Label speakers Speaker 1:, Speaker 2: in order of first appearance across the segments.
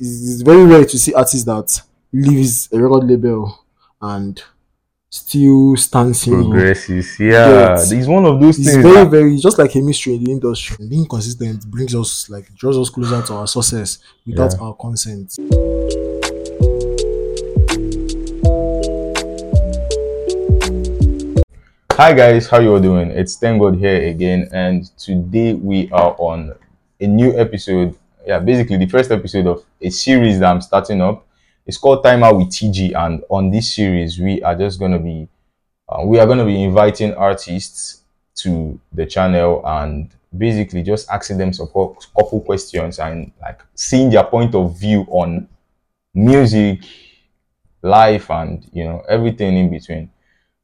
Speaker 1: it's, it's very rare to see artists that leaves a record label and still stands single.
Speaker 2: Progresses. Yeah.
Speaker 1: Yes.
Speaker 2: It's one of those
Speaker 1: It's
Speaker 2: things.
Speaker 1: very,
Speaker 2: that-
Speaker 1: very just like a mystery in the industry. Being consistent brings us like draws us closer to our success without our consent.
Speaker 2: Hi guys, how you all doing? It's Thank God here again, and today we are on a new episode. Yeah, basically the first episode of a series that I'm starting up. It's called Time Out with TG, and on this series we are just gonna be, uh, we are gonna be inviting artists to the channel and basically just asking them a cou- couple questions and like seeing their point of view on music, life, and you know everything in between.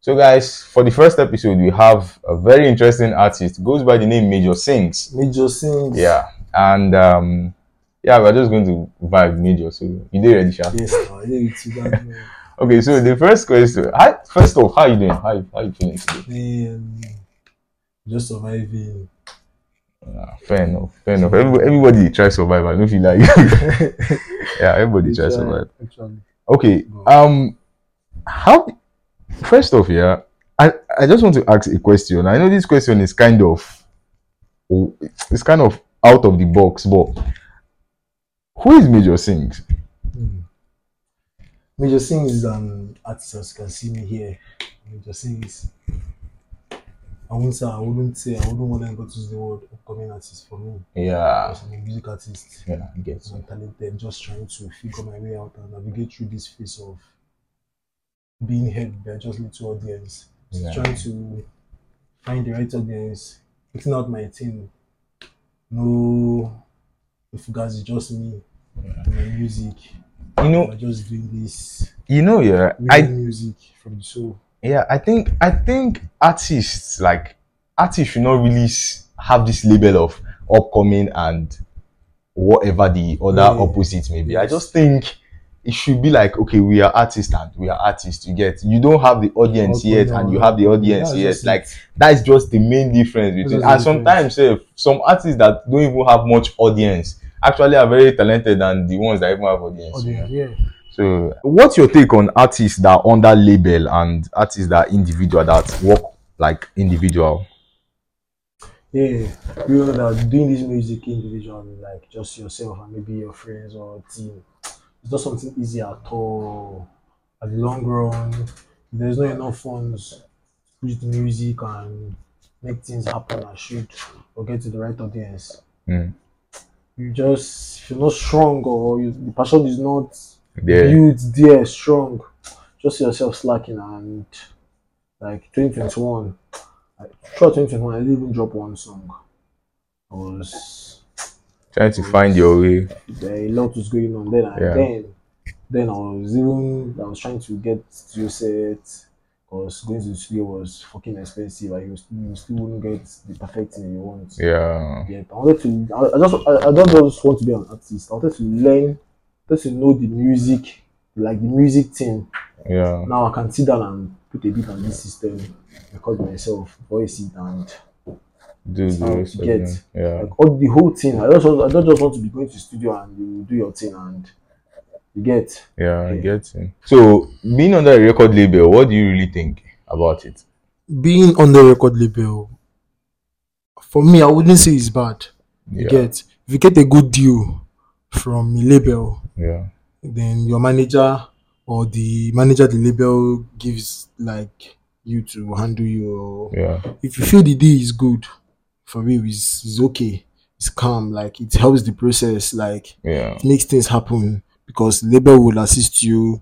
Speaker 2: So, guys, for the first episode, we have a very interesting artist goes by the name Major Sings.
Speaker 1: Major sings.
Speaker 2: Yeah, and um, yeah, we're just going to vibe Major. So, you did ready, Sha?
Speaker 1: Yes, I hear you too, that man.
Speaker 2: Okay, so the first question, hi, first off, how you doing? How you, how you feeling today?
Speaker 1: Man, um, just surviving.
Speaker 2: Uh, fair enough, fair enough. Everybody, everybody try survive. I don't feel like, yeah, everybody try survive.
Speaker 1: Actually,
Speaker 2: Okay,
Speaker 1: Go.
Speaker 2: um, how? First off, yeah, I I just want to ask a question. I know this question is kind of, it's kind of out of the box, but who is Major Sings?
Speaker 1: Hmm. Major Singh is an artist, as you can see me here. Major Singh is. I won't say, I wouldn't say, I wouldn't want anybody to use the word upcoming artist for me.
Speaker 2: Yeah,
Speaker 1: Because I'm a music artist.
Speaker 2: yeah, I get
Speaker 1: So I'm talented, just trying to figure my way out and navigate through this phase of being heard by just little audience. So
Speaker 2: Yeah.
Speaker 1: Trying to find the right audience, picking out my team. No, if you guys, it's just me, and my music.
Speaker 2: You know,
Speaker 1: We're just doing this
Speaker 2: you know, yeah,
Speaker 1: real
Speaker 2: I
Speaker 1: music from the soul.
Speaker 2: yeah, I think I think artists like artists should not really s- have this label of upcoming and whatever the other
Speaker 1: Yeah.
Speaker 2: opposite may be. I
Speaker 1: Mm. Yes.
Speaker 2: just think it should be like okay, we are artists and we are artists. You get you don't have the audience
Speaker 1: Upcoming
Speaker 2: yet and you
Speaker 1: and-
Speaker 2: have the audience
Speaker 1: Yeah,
Speaker 2: yet.
Speaker 1: just
Speaker 2: Like
Speaker 1: it.
Speaker 2: that's just the main difference between.
Speaker 1: just the
Speaker 2: And sometimes eh, some artists that don't even have much audience actually are very talented than the ones that even have audience. you know?
Speaker 1: audience, yeah.
Speaker 2: So, what's your take on artists that are under label and artists that are individual that work like individual?
Speaker 1: Yeah, you know that doing this music individually, like just yourself and maybe your friends or team, it's not something easy at all. At the long run, if there's not enough funds to use the music and make things happen and shoot or get to the right audience.
Speaker 2: Mm.
Speaker 1: You just if you're not strong or you, the passion is not
Speaker 2: Yeah,
Speaker 1: built there strong, just see yourself slacking and like 2021. Like, throughout 2021, I didn't even drop one song. I was
Speaker 2: trying to find your way.
Speaker 1: there a lot was going on then and
Speaker 2: Yeah.
Speaker 1: then then I was even I was trying to get studio set because going to the studio was fucking expensive like you, st- you still wouldn't get the perfect thing you want
Speaker 2: Yeah,
Speaker 1: yet. I wanted to I, I just I, I don't just want to be an artist I wanted to learn I wanted to know the music like the music thing
Speaker 2: yeah,
Speaker 1: now I can sit down and put a beat on this system record myself voice it and
Speaker 2: do
Speaker 1: That's how
Speaker 2: this.
Speaker 1: it get.
Speaker 2: again. Yeah,
Speaker 1: like all the whole thing I just want, I don't just want to be going to studio and you do your thing and you get
Speaker 2: yeah, I get it. So, being under a record label, what do you really think about it?
Speaker 1: being on the record label for me i wouldn't say it's bad you
Speaker 2: Yeah.
Speaker 1: get if you get a good deal from a label
Speaker 2: Yeah,
Speaker 1: then your manager or the manager the label gives like you to handle your
Speaker 2: yeah,
Speaker 1: if you feel the deal is good for real it's, it's okay it's calm like it helps the process like
Speaker 2: yeah,
Speaker 1: it makes things happen because label will assist you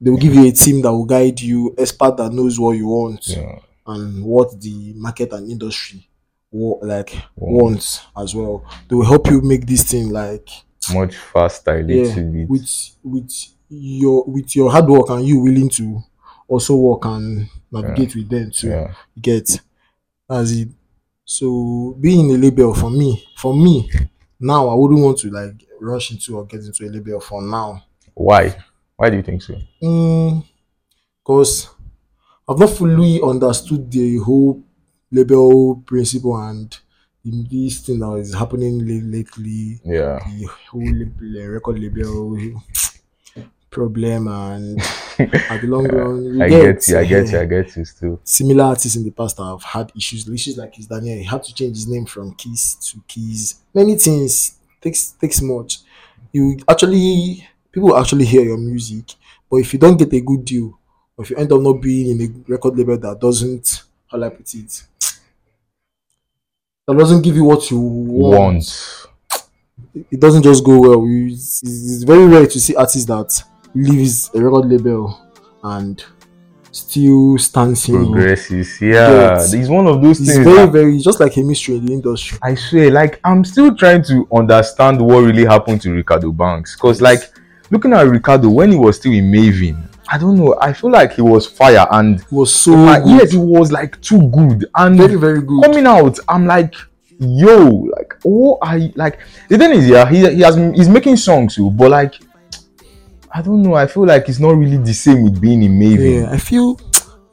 Speaker 1: they will give you a team that will guide you expert that knows what you want
Speaker 2: yeah.
Speaker 1: and what the market and industry wa- like
Speaker 2: Wow.
Speaker 1: wants as well. They will help you make this thing like
Speaker 2: Much faster, a
Speaker 1: yeah,
Speaker 2: little bit.
Speaker 1: with with your with your hard work and you willing to also work and navigate with them to
Speaker 2: yeah,
Speaker 1: get as it. So being in a label for me, for me now, I wouldn't want to like rush into or get into a label for now. Hmm,
Speaker 2: why? Why do you think so?
Speaker 1: because I've not fully understood the whole label principle and the- this thing that is happening la- lately,
Speaker 2: Yeah.
Speaker 1: the whole lab- uh, record label problem, and at the long run, you
Speaker 2: I get you, I get you, I get you still.
Speaker 1: Similar artists in the past have had issues, issues like his Daniel. He had to change his name from Keys to Keys. Many things takes takes much. You actually people actually hear your music, but if you don't get a good deal, or if you end up not being in a record label that doesn't how do I put it, that doesn't give you what you want,
Speaker 2: Once.
Speaker 1: it doesn't just go well. You- It's, it's very rare to see artists that leaves a record label and still stands single.
Speaker 2: Progresses. Yeah.
Speaker 1: Yes.
Speaker 2: ah. It's one of those
Speaker 1: It's
Speaker 2: things.
Speaker 1: very,
Speaker 2: that-
Speaker 1: very just like a mystery in the industry.
Speaker 2: I swear, like I'm still trying to understand what really happened to Ricardo Banks. Cause like looking at Ricardo when he was still in Maven, I don't know. I feel like he was fire and
Speaker 1: It was so
Speaker 2: my
Speaker 1: good.
Speaker 2: ears it was like too good. And
Speaker 1: very, very good.
Speaker 2: coming out, I'm like, yo, like, what are you like? The thing is, yeah, he, he has he's making songs too, but like, I don't know. I feel like it's not really the same with being in Maven.
Speaker 1: Yeah, I feel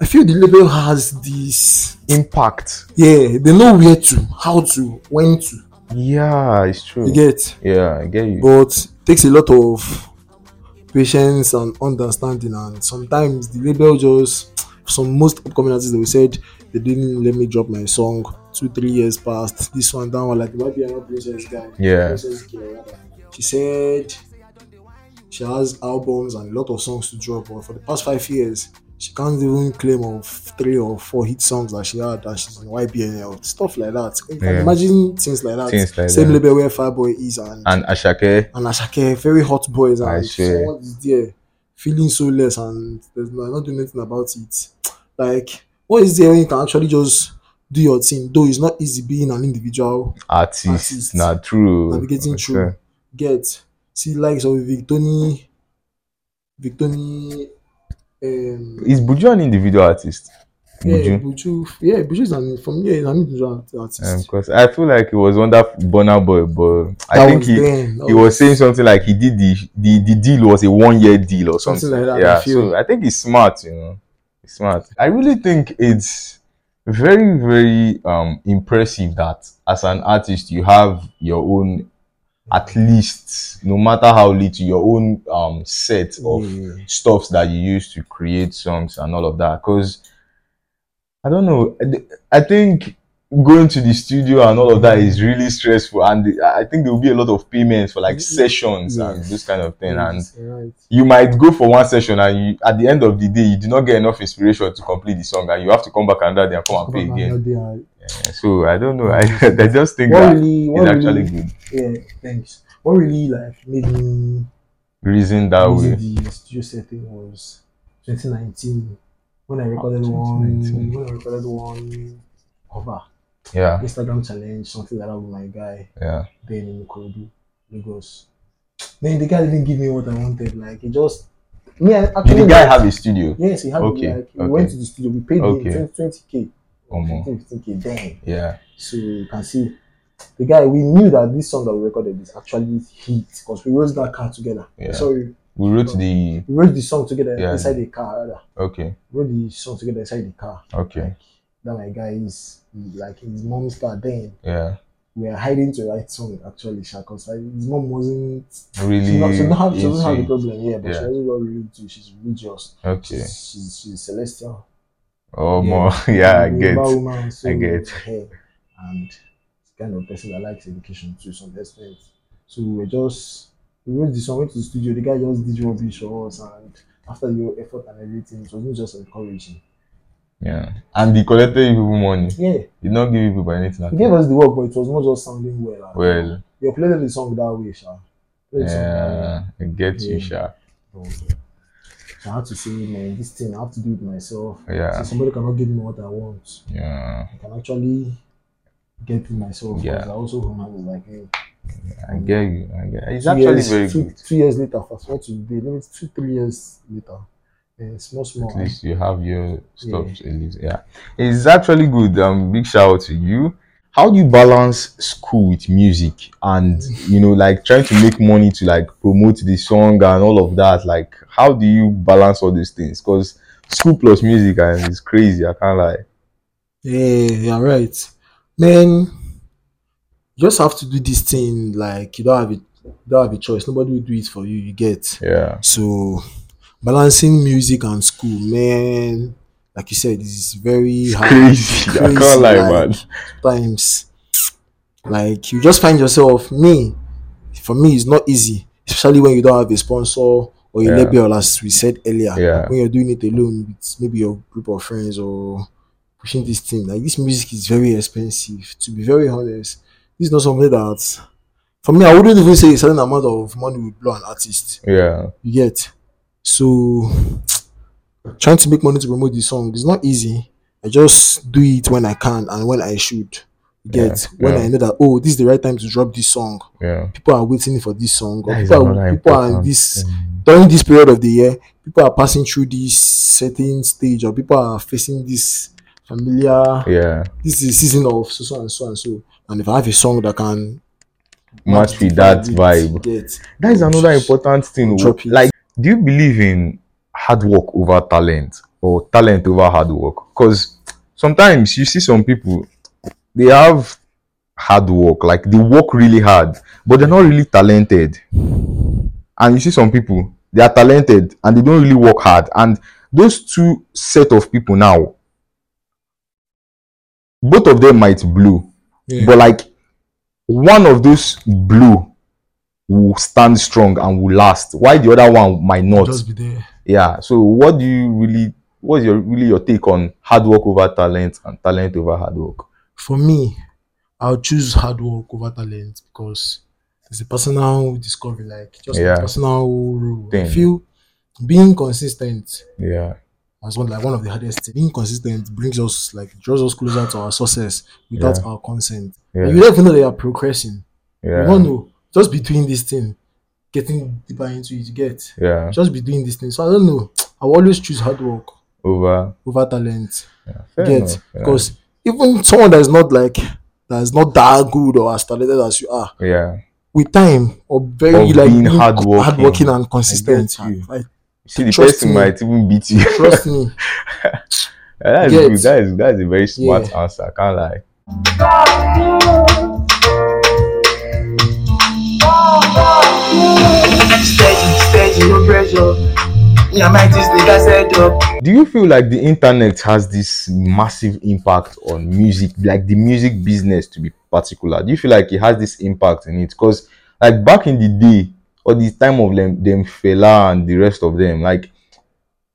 Speaker 1: I feel the label has this
Speaker 2: Impact.
Speaker 1: yeah, they know where to, how to, when to.
Speaker 2: Yeah, it's true.
Speaker 1: You get
Speaker 2: yeah, I get you.
Speaker 1: but it takes a lot of patience and understanding and sometimes the label just some most upcoming artists they will said they didn't let me drop my song two three years past this one down like why be another princess guy
Speaker 2: Yeah.
Speaker 1: Princess Guy, rather. she said she has albums and a lot of songs to drop but for the past five years she can't even claim of three or four hit songs that she had and she's in YBNL stuff like that you can
Speaker 2: Yeah.
Speaker 1: imagine things like that
Speaker 2: Things like
Speaker 1: same
Speaker 2: that.
Speaker 1: label where Fireboy is and
Speaker 2: and Ashake,
Speaker 1: and Asake, very hot boys,
Speaker 2: I
Speaker 1: and
Speaker 2: see.
Speaker 1: someone is there feeling so less, and there's no, not doing anything about it. Like, what is there when you can actually just do your thing? Though it's not easy being an individual,
Speaker 2: artist,
Speaker 1: Artist.
Speaker 2: not true.
Speaker 1: navigating through,
Speaker 2: Okay.
Speaker 1: get see likes of Victoni, Victoni, um,
Speaker 2: Is Buju an individual artist?
Speaker 1: yeah,
Speaker 2: Buju.
Speaker 1: Buju, yeah, Buju is an from yeah, he's an individual artist.
Speaker 2: Because Um, I feel like it was under Bonner Boy, but I
Speaker 1: That
Speaker 2: think
Speaker 1: was
Speaker 2: he,
Speaker 1: then, that
Speaker 2: he was saying something like he did the the, the deal was a one year deal or something.
Speaker 1: Something like that,
Speaker 2: yeah,
Speaker 1: I feel.
Speaker 2: so I think he's smart, you know. He's smart. I really think it's very very um impressive that as an artist you have your own at least no matter how little your own um set of
Speaker 1: Yeah.
Speaker 2: stuffs that you use to create songs and all of that because i don't know i think going to the studio and all of that is really stressful and the- i think there will be a lot of payments for like
Speaker 1: Yes.
Speaker 2: sessions and this kind of thing and
Speaker 1: Yes, right.
Speaker 2: you might go for one session and you at the end of the day you do not get enough inspiration to complete the song and you have to come back another day and come and play again
Speaker 1: They are-
Speaker 2: so i don't know i, I just think
Speaker 1: What
Speaker 2: that
Speaker 1: really,
Speaker 2: it's
Speaker 1: what
Speaker 2: actually
Speaker 1: really
Speaker 2: good
Speaker 1: Yeah, thanks. What really like made me
Speaker 2: reason that way
Speaker 1: visit the studio setting was 2019 when I recorded
Speaker 2: 2019.
Speaker 1: one when I recorded one cover
Speaker 2: yeah
Speaker 1: Instagram challenge something like that with my guy
Speaker 2: yeah
Speaker 1: Ben in Ikorodu, Lagos. Then the guy didn't give me what I wanted. Like he just me I
Speaker 2: did
Speaker 1: actually
Speaker 2: the guy have a studio
Speaker 1: yes he had
Speaker 2: Okay,
Speaker 1: like we
Speaker 2: okay.
Speaker 1: went to the studio we paid
Speaker 2: Okay.
Speaker 1: him 20 k
Speaker 2: Omo.
Speaker 1: 15 k then
Speaker 2: yeah
Speaker 1: so you can see the guy we knew that this song that we recorded is actually hit because we wrote that car together.
Speaker 2: Yeah.
Speaker 1: Sorry,
Speaker 2: We wrote the
Speaker 1: we wrote the song together
Speaker 2: Yeah.
Speaker 1: inside the car. rather.
Speaker 2: okay,
Speaker 1: We wrote the song together inside the car.
Speaker 2: okay,
Speaker 1: That my guy is like his mom's car. Then
Speaker 2: yeah,
Speaker 1: we are hiding to write song actually, because his mom wasn't.
Speaker 2: really
Speaker 1: She, not, she, don't have, she doesn't have the
Speaker 2: easy.
Speaker 1: problem. Yeah, but she
Speaker 2: Yeah.
Speaker 1: doesn't know really too. She's religious.
Speaker 2: Okay,
Speaker 1: She's, she's, she's celestial.
Speaker 2: oh more, yeah, I
Speaker 1: Yoruba
Speaker 2: get.
Speaker 1: Woman, so,
Speaker 2: I get.
Speaker 1: yeah, and it's kind of person that likes education to some extent. So we were just we wrote the song, went to the studio. The guy just did rubbish for us, and after your effort and everything, it was not just encouraging.
Speaker 2: Yeah, and they collected you people money.
Speaker 1: Yeah,
Speaker 2: Did not give you people anything. at
Speaker 1: he gave
Speaker 2: all.
Speaker 1: us the work, but it was not just sounding well. and
Speaker 2: well,
Speaker 1: we uploaded the song that way, Sha. Played the song that
Speaker 2: yeah, I get you,
Speaker 1: Yeah.
Speaker 2: sha.
Speaker 1: way. So I had to say, man, this thing I have to do it myself. So
Speaker 2: Yeah,
Speaker 1: somebody cannot give me what I want.
Speaker 2: yeah,
Speaker 1: I can actually get it myself. 'cause
Speaker 2: Yeah.
Speaker 1: I also human is like. Hey,
Speaker 2: I get you. I get. It's
Speaker 1: two
Speaker 2: actually
Speaker 1: years-
Speaker 2: very
Speaker 1: two,
Speaker 2: good.
Speaker 1: Two years later, fast forward to today, maybe two, three years later, and small, small.
Speaker 2: At least you have your stuff. At least, yeah, it's actually good. Um, big shout out to you. How do you balance school with music and you know, like trying to make money to like promote the song and all of that? Like, how do you balance all these things? Because school plus music and it's crazy. I can't lie.
Speaker 1: Yeah, you're right, man. you just have to do this thing like you don't have it don't have a choice nobody will do it for you you get
Speaker 2: Yeah.
Speaker 1: so balancing music and school man like you said is very hard
Speaker 2: Crazy. I can't lie, man.
Speaker 1: times like you just find yourself me for me it's not easy especially when you don't have a sponsor or a
Speaker 2: Yeah.
Speaker 1: label as we said earlier
Speaker 2: Yeah.
Speaker 1: when you're doing it alone with maybe your group of friends or pushing this thing like this music is very expensive to be very honest this is not something that for me i wouldn't even say a certain amount of money would blow an artist
Speaker 2: Yeah.
Speaker 1: you get so trying to make money to promote the song is not easy i just do it when i can and when i should you get
Speaker 2: Yeah,
Speaker 1: when
Speaker 2: yeah.
Speaker 1: i know that oh this is the right time to drop this song
Speaker 2: Yeah.
Speaker 1: people are waiting for this song or
Speaker 2: That is
Speaker 1: people,
Speaker 2: another
Speaker 1: are, people are in
Speaker 2: important
Speaker 1: this
Speaker 2: thing.
Speaker 1: during this period of the year people are passing through this certain stage or people are facing this familiar
Speaker 2: Yeah.
Speaker 1: this is a season of so so and so and so and if i have a song that can
Speaker 2: Match with that vibe.
Speaker 1: get
Speaker 2: That is another important thing.
Speaker 1: Drop it.
Speaker 2: Like, do you believe in hard work over talent or talent over hard work? Because sometimes you see some people, they have hard work, like they work really hard, but they're not really talented. And you see some people, they are talented and they don't really work hard. And those two set of people now, both of them might blow,
Speaker 1: Yeah.
Speaker 2: but like one of those blue will stand strong and will last Why the other one might not
Speaker 1: just be there
Speaker 2: yeah so what do you really what's your really your take on hard work over talent and talent over hard work
Speaker 1: for me, I'll choose hard work over talent because it's a personal discovery, like just
Speaker 2: Yeah.
Speaker 1: a personal rule. I
Speaker 2: Thing.
Speaker 1: feel being consistent
Speaker 2: yeah
Speaker 1: as one like one of the hardest things. Being consistent brings us like draws us closer to our success without
Speaker 2: Yeah.
Speaker 1: our consent.
Speaker 2: yeah
Speaker 1: You don't even know that you are progressing. You
Speaker 2: yeah
Speaker 1: don't know. Just between this thing, getting deeper into it, you get.
Speaker 2: yeah
Speaker 1: Just be doing this thing. So I don't know. I will always choose hard work
Speaker 2: over
Speaker 1: over talent.
Speaker 2: yeah. Fair
Speaker 1: get
Speaker 2: enough, yeah.
Speaker 1: because even someone that's not like that's not that good or as talented as you are
Speaker 2: yeah
Speaker 1: with time or very
Speaker 2: Of
Speaker 1: like
Speaker 2: being hardworking.
Speaker 1: hardworking and consistent
Speaker 2: I get you.
Speaker 1: like,
Speaker 2: see the
Speaker 1: trust
Speaker 2: person
Speaker 1: me.
Speaker 2: might even beat you
Speaker 1: trust me
Speaker 2: that is
Speaker 1: Get.
Speaker 2: good that is that is a very smart
Speaker 1: Yeah.
Speaker 2: answer can't lie
Speaker 3: Steady, steady, no pressure. Me and my this nigga set up.
Speaker 2: do you feel like the internet has this massive impact on music like the music business to be particular do you feel like it has this impact in it because like back in the day or the time of them them fela and the rest of them like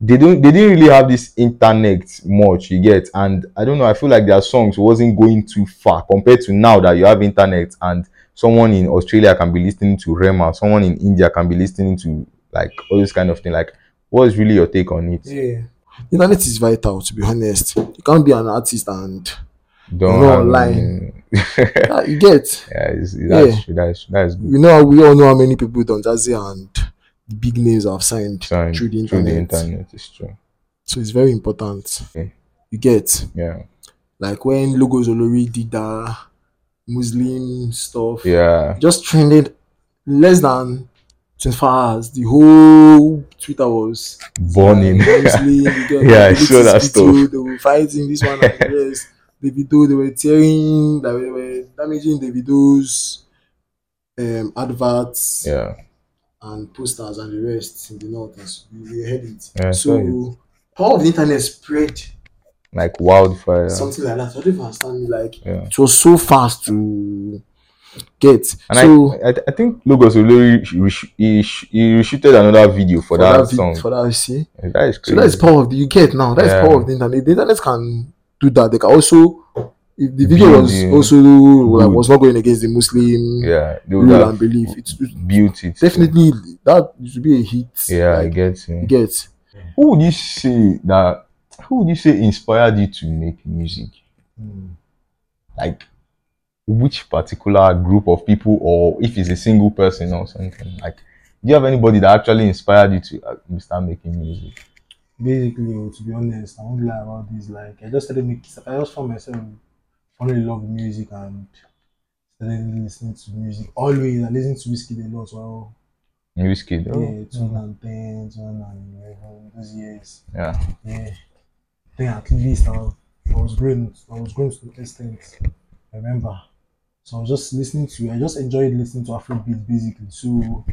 Speaker 2: they don't they didn't really have this internet much you get and i don't know i feel like their songs wasn't going too far compared to now that you have internet and someone in australia can be listening to rema someone in india can be listening to like all this kind of thing like what is really your take on it
Speaker 1: yeah internet is vital to be honest you can't be an artist and
Speaker 2: don't
Speaker 1: No
Speaker 2: have
Speaker 1: lie.
Speaker 2: any-
Speaker 1: yeah, you get
Speaker 2: yeah, it's, that's
Speaker 1: Yeah.
Speaker 2: true. That's that's good.
Speaker 1: you know we all know how many people Don Jazzy and the big names have signed
Speaker 2: Sign
Speaker 1: through the internet
Speaker 2: it's true.
Speaker 1: so it's very important
Speaker 2: Yeah.
Speaker 1: you get
Speaker 2: Yeah,
Speaker 1: like when Logos Olori did that Muslim stuff
Speaker 2: yeah,
Speaker 1: just trended less than 24 hours. The whole Twitter was uh,
Speaker 2: burning.
Speaker 1: Like, Muslim, you get-
Speaker 2: Yeah, I
Speaker 1: they
Speaker 2: saw that
Speaker 1: did this video,
Speaker 2: stuff.
Speaker 1: They were fighting this one and the rest. The video they were tearing, they were, they were damaging the videos, um, adverts
Speaker 2: yeah,
Speaker 1: and posters and the rest in the north. As we heard it,
Speaker 2: Yeah, I saw
Speaker 1: so power of the internet spread
Speaker 2: like wildfire.
Speaker 1: something like that. I don't even understand. Like
Speaker 2: Yeah.
Speaker 1: it was so fast to get.
Speaker 2: And
Speaker 1: so
Speaker 2: I, I, I think Logos Olori sh- resh- he, sh- he reshooted another video for, that,
Speaker 1: vid-
Speaker 2: song.
Speaker 1: for that, you see.
Speaker 2: And that is
Speaker 1: So
Speaker 2: crazy.
Speaker 1: that's power of the you get now. That's
Speaker 2: Yeah.
Speaker 1: power of the internet. The internet can do that. They can also, if the video was
Speaker 2: Building.
Speaker 1: also like,
Speaker 2: Good.
Speaker 1: was not going against the Muslim
Speaker 2: yeah, they would
Speaker 1: rule and
Speaker 2: have
Speaker 1: belief, it's it's
Speaker 2: built it.
Speaker 1: definitely that should be a hit.
Speaker 2: Yeah, I
Speaker 1: like,
Speaker 2: get
Speaker 1: you
Speaker 2: you.
Speaker 1: get.
Speaker 2: Who would you say that? Who would you say inspired you to make music? like which particular group of people or if it's a single person or something like do you have anybody that actually inspired you to uh, start making music
Speaker 1: Basically, oh, to be honest, I won't lie about this. Like, I just started making. I just found myself falling in love with music and started listening to music Oh, always. I listen to whiskey a lot. Well,
Speaker 2: music
Speaker 1: yeah,
Speaker 2: oh.
Speaker 1: 2010, 2011, those years.
Speaker 2: yeah
Speaker 1: Yeah. I think at least I, I was growing I was growing to the extent. I remember So I was just listening to I just enjoyed listening to Afrobeat basically. So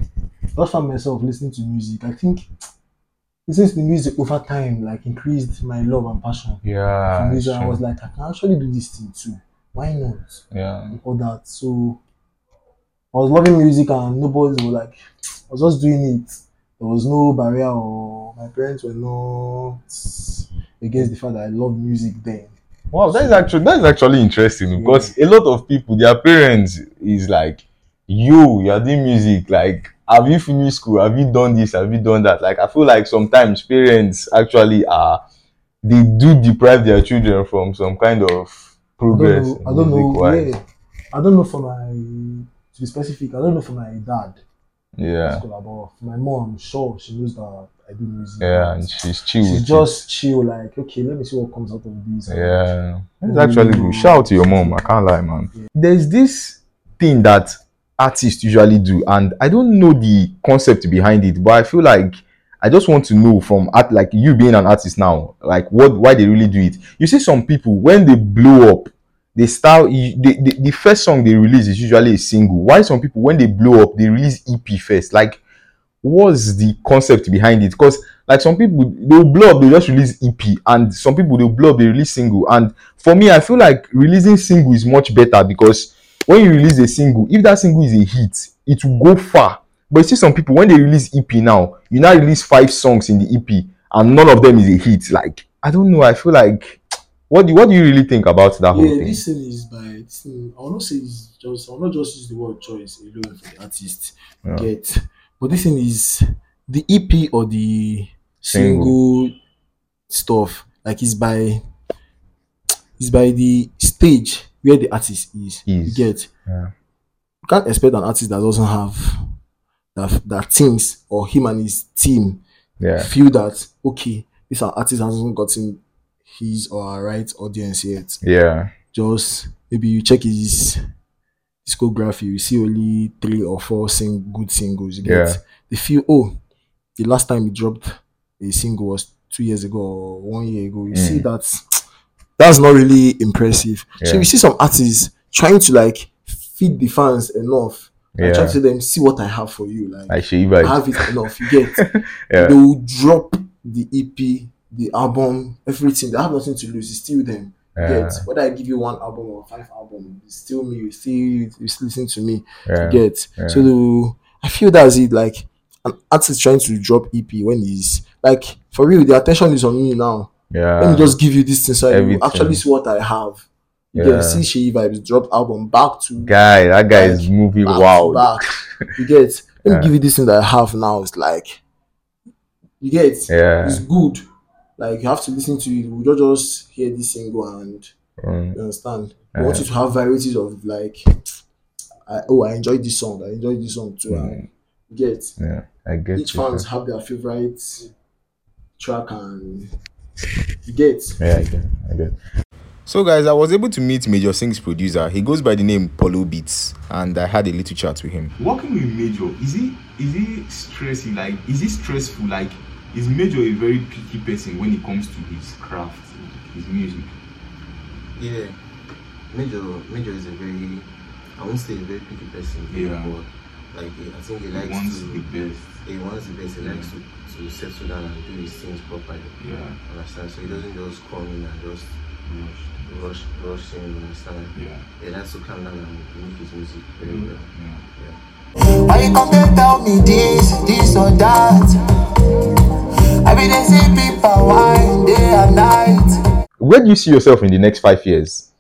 Speaker 1: I just found myself listening to music. I think listening to the music over time like increased my love and passion for
Speaker 2: Yeah.
Speaker 1: music. I
Speaker 2: Ah, sure.
Speaker 1: was like, I can actually do this thing too. Why not?
Speaker 2: yeah.
Speaker 1: all that. So I was loving music and nobody was like I was just doing it. There was no barrier or my parents were not against the fact that I love music then.
Speaker 2: Wow, that is actually that is actually interesting because a lot of people, their parents is like, "You, you are doing music. Like, have you finished school? Have you done this? Have you done that?" Like, I feel like sometimes parents actually are they do deprive their children from some kind of
Speaker 1: I don't
Speaker 2: progress.
Speaker 1: know I don't know
Speaker 2: music-wise.
Speaker 1: yeah. I don't know for my to be specific, I don't know for my dad
Speaker 2: Yeah,
Speaker 1: scholar, but for my mom I'm sure she knows that I do music.
Speaker 2: yeah, and she's chill.
Speaker 1: She's
Speaker 2: with
Speaker 1: just chill, like, okay, let me see what comes out of this.
Speaker 2: it. yeah, it's actually good. Shout out to your mom. I can't lie, man. There's this thing that artists usually do, and I don't know the concept behind it, but I feel like I just want to know from art, like you being an artist now, like what why they really do it. You see, some people when they blow up, they start you- they, they, the first song they release is usually a single. Why some people when they blow up, they release EP first? Like, what's the concept behind it? Because like some people they'll blow up, they just release EP, and some people they'll blow up, they release single. And for me, I feel like releasing single is much better because when you release a single, if that single is a hit, it will go far. But you see, some people when they release EP now, you now release five songs in the EP, and none of them is a hit. Like I don't know. I feel like what do what do you really think about that whole
Speaker 1: yeah,
Speaker 2: thing?
Speaker 1: this thing is by thing, I will not say it's just I will not just use the word choice alone for the artist.
Speaker 2: Yeah.
Speaker 1: Get but this thing is the EP or the
Speaker 2: Single.
Speaker 1: single stuff, like it's by it's by the stage where the artist is. You
Speaker 2: Is.
Speaker 1: get
Speaker 2: Yeah.
Speaker 1: you can't expect an artist that doesn't have that that thinks or him and his team
Speaker 2: Yeah.
Speaker 1: feel that okay, this artist hasn't gotten his or her right audience yet
Speaker 2: Yeah.
Speaker 1: just maybe you check his discography, you see only three or four sing- good singles. You get
Speaker 2: Yeah.
Speaker 1: they feel oh, the last time he dropped a single was two years ago or one year ago. You see that that's not really impressive. So
Speaker 2: Mm. Yeah.
Speaker 1: you see some artists trying to like feed the fans enough. Yeah.
Speaker 2: Yeah.
Speaker 1: And try to tell them, see what I have for you. Like
Speaker 2: I should even.
Speaker 1: I have it enough. You get
Speaker 2: Yeah.
Speaker 1: they will drop the EP, the album, everything. They have nothing to lose. It's still them.
Speaker 2: Yeah.
Speaker 1: Get whether I give you one album or five albums, it's still me. You still you still listen to me.
Speaker 2: Yeah.
Speaker 1: Get
Speaker 2: Yeah.
Speaker 1: so the, I feel that's it. Like an artist trying to drop EP when he's like for real, the attention is on me now. Let me
Speaker 2: Yeah.
Speaker 1: just give you this thing so you
Speaker 2: Everything.
Speaker 1: actually see what I have. You
Speaker 2: Yeah.
Speaker 1: get see she vibes drop album back to
Speaker 2: Guy, that guy is moving
Speaker 1: back
Speaker 2: wild.
Speaker 1: to back. You get let
Speaker 2: Yeah.
Speaker 1: me give you this thing that I have now. It's like you get
Speaker 2: Yeah.
Speaker 1: it's good. Like you have to listen to it. We don't just hear this single and
Speaker 2: Mm.
Speaker 1: you understand? We want you to have varieties of like I, oh I enjoyed this song, I enjoyed this song too. And you get
Speaker 2: Yeah. I get
Speaker 1: each
Speaker 2: you.
Speaker 1: fans have their favorite track and you get
Speaker 2: Yeah, I get, I get. So, guys, I was able to meet Major Singh's producer. He goes by the name Polo Beats, and I had a little chat with him.
Speaker 4: working with major is he is he stressing like is he stressful like is major a very picky person when it comes to his craft his music
Speaker 5: Yeah, Major Major is a very I won't say a very picky person.
Speaker 4: Yeah.
Speaker 5: But like he- I think he
Speaker 4: he
Speaker 5: likes
Speaker 4: wants
Speaker 5: to
Speaker 4: the best
Speaker 5: he wants the best. He
Speaker 4: Yeah.
Speaker 5: likes to to settle down and do his things properly.
Speaker 4: yeah
Speaker 5: Understand? So he doesn't just come in and just
Speaker 4: Rushed.
Speaker 5: rush rush things. Understand?
Speaker 4: yeah
Speaker 5: He likes to calm down and make his music very
Speaker 4: Mm.
Speaker 5: well.
Speaker 4: yeah
Speaker 6: Why you come and tell me this, this or that? I be dey see people wine day and night.
Speaker 2: Where do you see yourself in the next five years?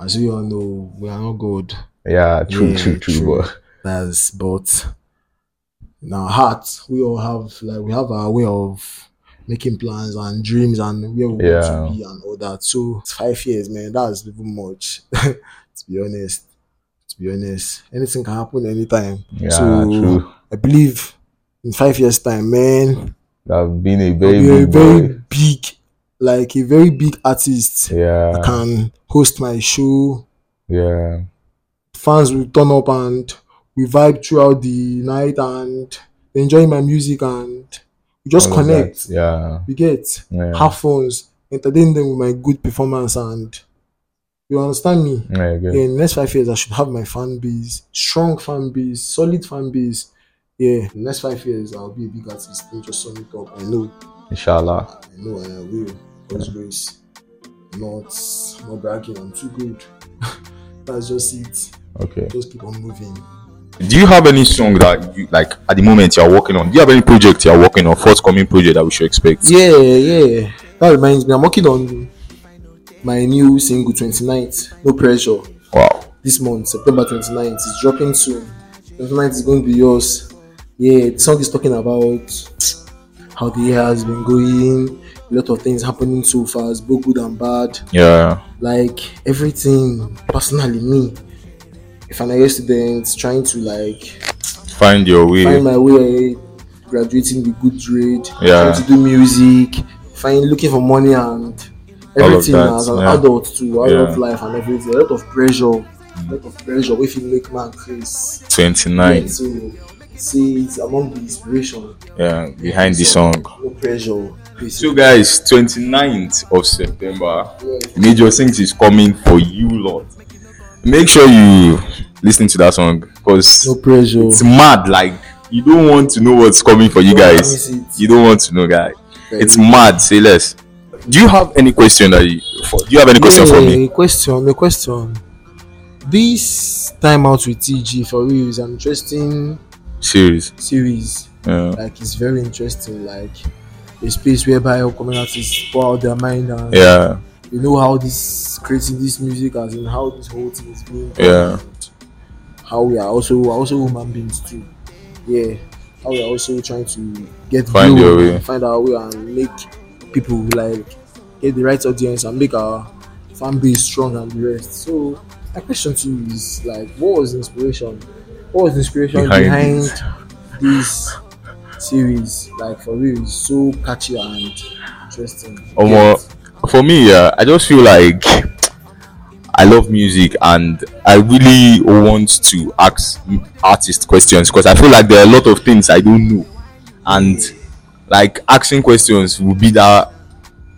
Speaker 1: as we all know, we are not good.
Speaker 2: Yeah, true,
Speaker 1: Yeah,
Speaker 2: true, true,
Speaker 1: true.
Speaker 2: But
Speaker 1: That's but in our hearts we all have like we have our way of making plans and dreams and where we
Speaker 2: Yeah.
Speaker 1: want to be and all that. So it's five years, man, that's even much. to be honest. To be honest. Anything can happen anytime.
Speaker 2: Yeah,
Speaker 1: so
Speaker 2: true.
Speaker 1: I believe in five years time, man,
Speaker 2: I've been a
Speaker 1: I'll
Speaker 2: very
Speaker 1: be a
Speaker 2: big boy.
Speaker 1: very big like a very big artist. I
Speaker 2: Yeah,
Speaker 1: can host my show,
Speaker 2: yeah,
Speaker 1: fans will turn up and we vibe throughout the night and they enjoy my music and we just
Speaker 2: all of that.
Speaker 1: connect.
Speaker 2: Yeah,
Speaker 1: We get
Speaker 2: yeah.
Speaker 1: have fun, entertain them with my good performance and You understand me?
Speaker 2: Yeah, I get it.
Speaker 1: Yeah, in the next five years, I should have my fan base, strong fan base, solid fan base. Yeah, in the next five years, I'll be a big artist. Don't just sum it up. I know,
Speaker 2: Inshallah.
Speaker 1: I know, and I will. God's grace. Not, not bragging. I'm too good. That's just it.
Speaker 2: Okay.
Speaker 1: Just keep on moving.
Speaker 2: Do you have any song that you like at the moment you're working on? Do you have any project you're working on? Forthcoming project that we should expect?
Speaker 1: Yeah, yeah. That reminds me. I'm working on my new single 29th. No pressure.
Speaker 2: Wow.
Speaker 1: this month, September 29th. It's dropping soon. 29th is going to be yours. Yeah, the song is talking about how the year has been going, a lot of things happening so fast, both good and bad.
Speaker 2: Yeah.
Speaker 1: Like everything, personally, me, if I'm a student, trying to like
Speaker 2: Find your way.
Speaker 1: find my way, graduating with good grade,
Speaker 2: Yeah.
Speaker 1: trying to do music, find looking for money and everything
Speaker 2: that,
Speaker 1: as an
Speaker 2: yeah.
Speaker 1: adult too, adult
Speaker 2: Yeah.
Speaker 1: life and everything. A lot of pressure, a lot of pressure. If you make man crazy,
Speaker 2: 29.
Speaker 1: so see, it's among the inspiration.
Speaker 2: Yeah. Behind the
Speaker 1: So,
Speaker 2: song.
Speaker 1: no pressure. Peace.
Speaker 2: So guys, 29th of September,
Speaker 1: Yeah.
Speaker 2: Major Sings is coming for you lot. Make sure you listen to that song because
Speaker 1: no pressure.
Speaker 2: it's mad. Like you don't want to know what's coming for you
Speaker 1: Don't
Speaker 2: guys.
Speaker 1: miss it.
Speaker 2: You don't want to know, guys.
Speaker 1: Very
Speaker 2: It's mad. Say less. Do you have any question that you? For, do you have any question for me?
Speaker 1: Yeah, Question, a question. This time out with TG for real is an interesting
Speaker 2: Serious.
Speaker 1: series.
Speaker 2: Yeah.
Speaker 1: like it's very interesting like a space whereby upcoming artists pour out their mind and
Speaker 2: Yeah.
Speaker 1: you know how this creating this music as in how this whole thing is being done
Speaker 2: Yeah.
Speaker 1: and how we are also we're also human beings too yeah how we are also trying to get
Speaker 2: Find your
Speaker 1: viewed
Speaker 2: way.
Speaker 1: find our way and make people like get the right audience and make our fan base strong and the rest so my question to you is like what was the inspiration what was the inspiration
Speaker 2: Behind
Speaker 1: behind
Speaker 2: it.
Speaker 1: this series like for real it's so catchy and interesting
Speaker 2: Omo, for me, yeah, I just feel like I love music and I really want to ask artist questions because I feel like there are a lot of things I don't know, and like asking questions will be that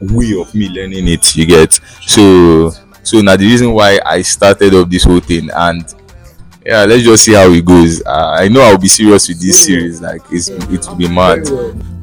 Speaker 2: way of me learning it. You get so so now the reason why I started up this whole thing and. Yeah, let's just see how it goes. Uh, I know I'll be serious with this series. Like, it's it will be mad.
Speaker 1: Very well.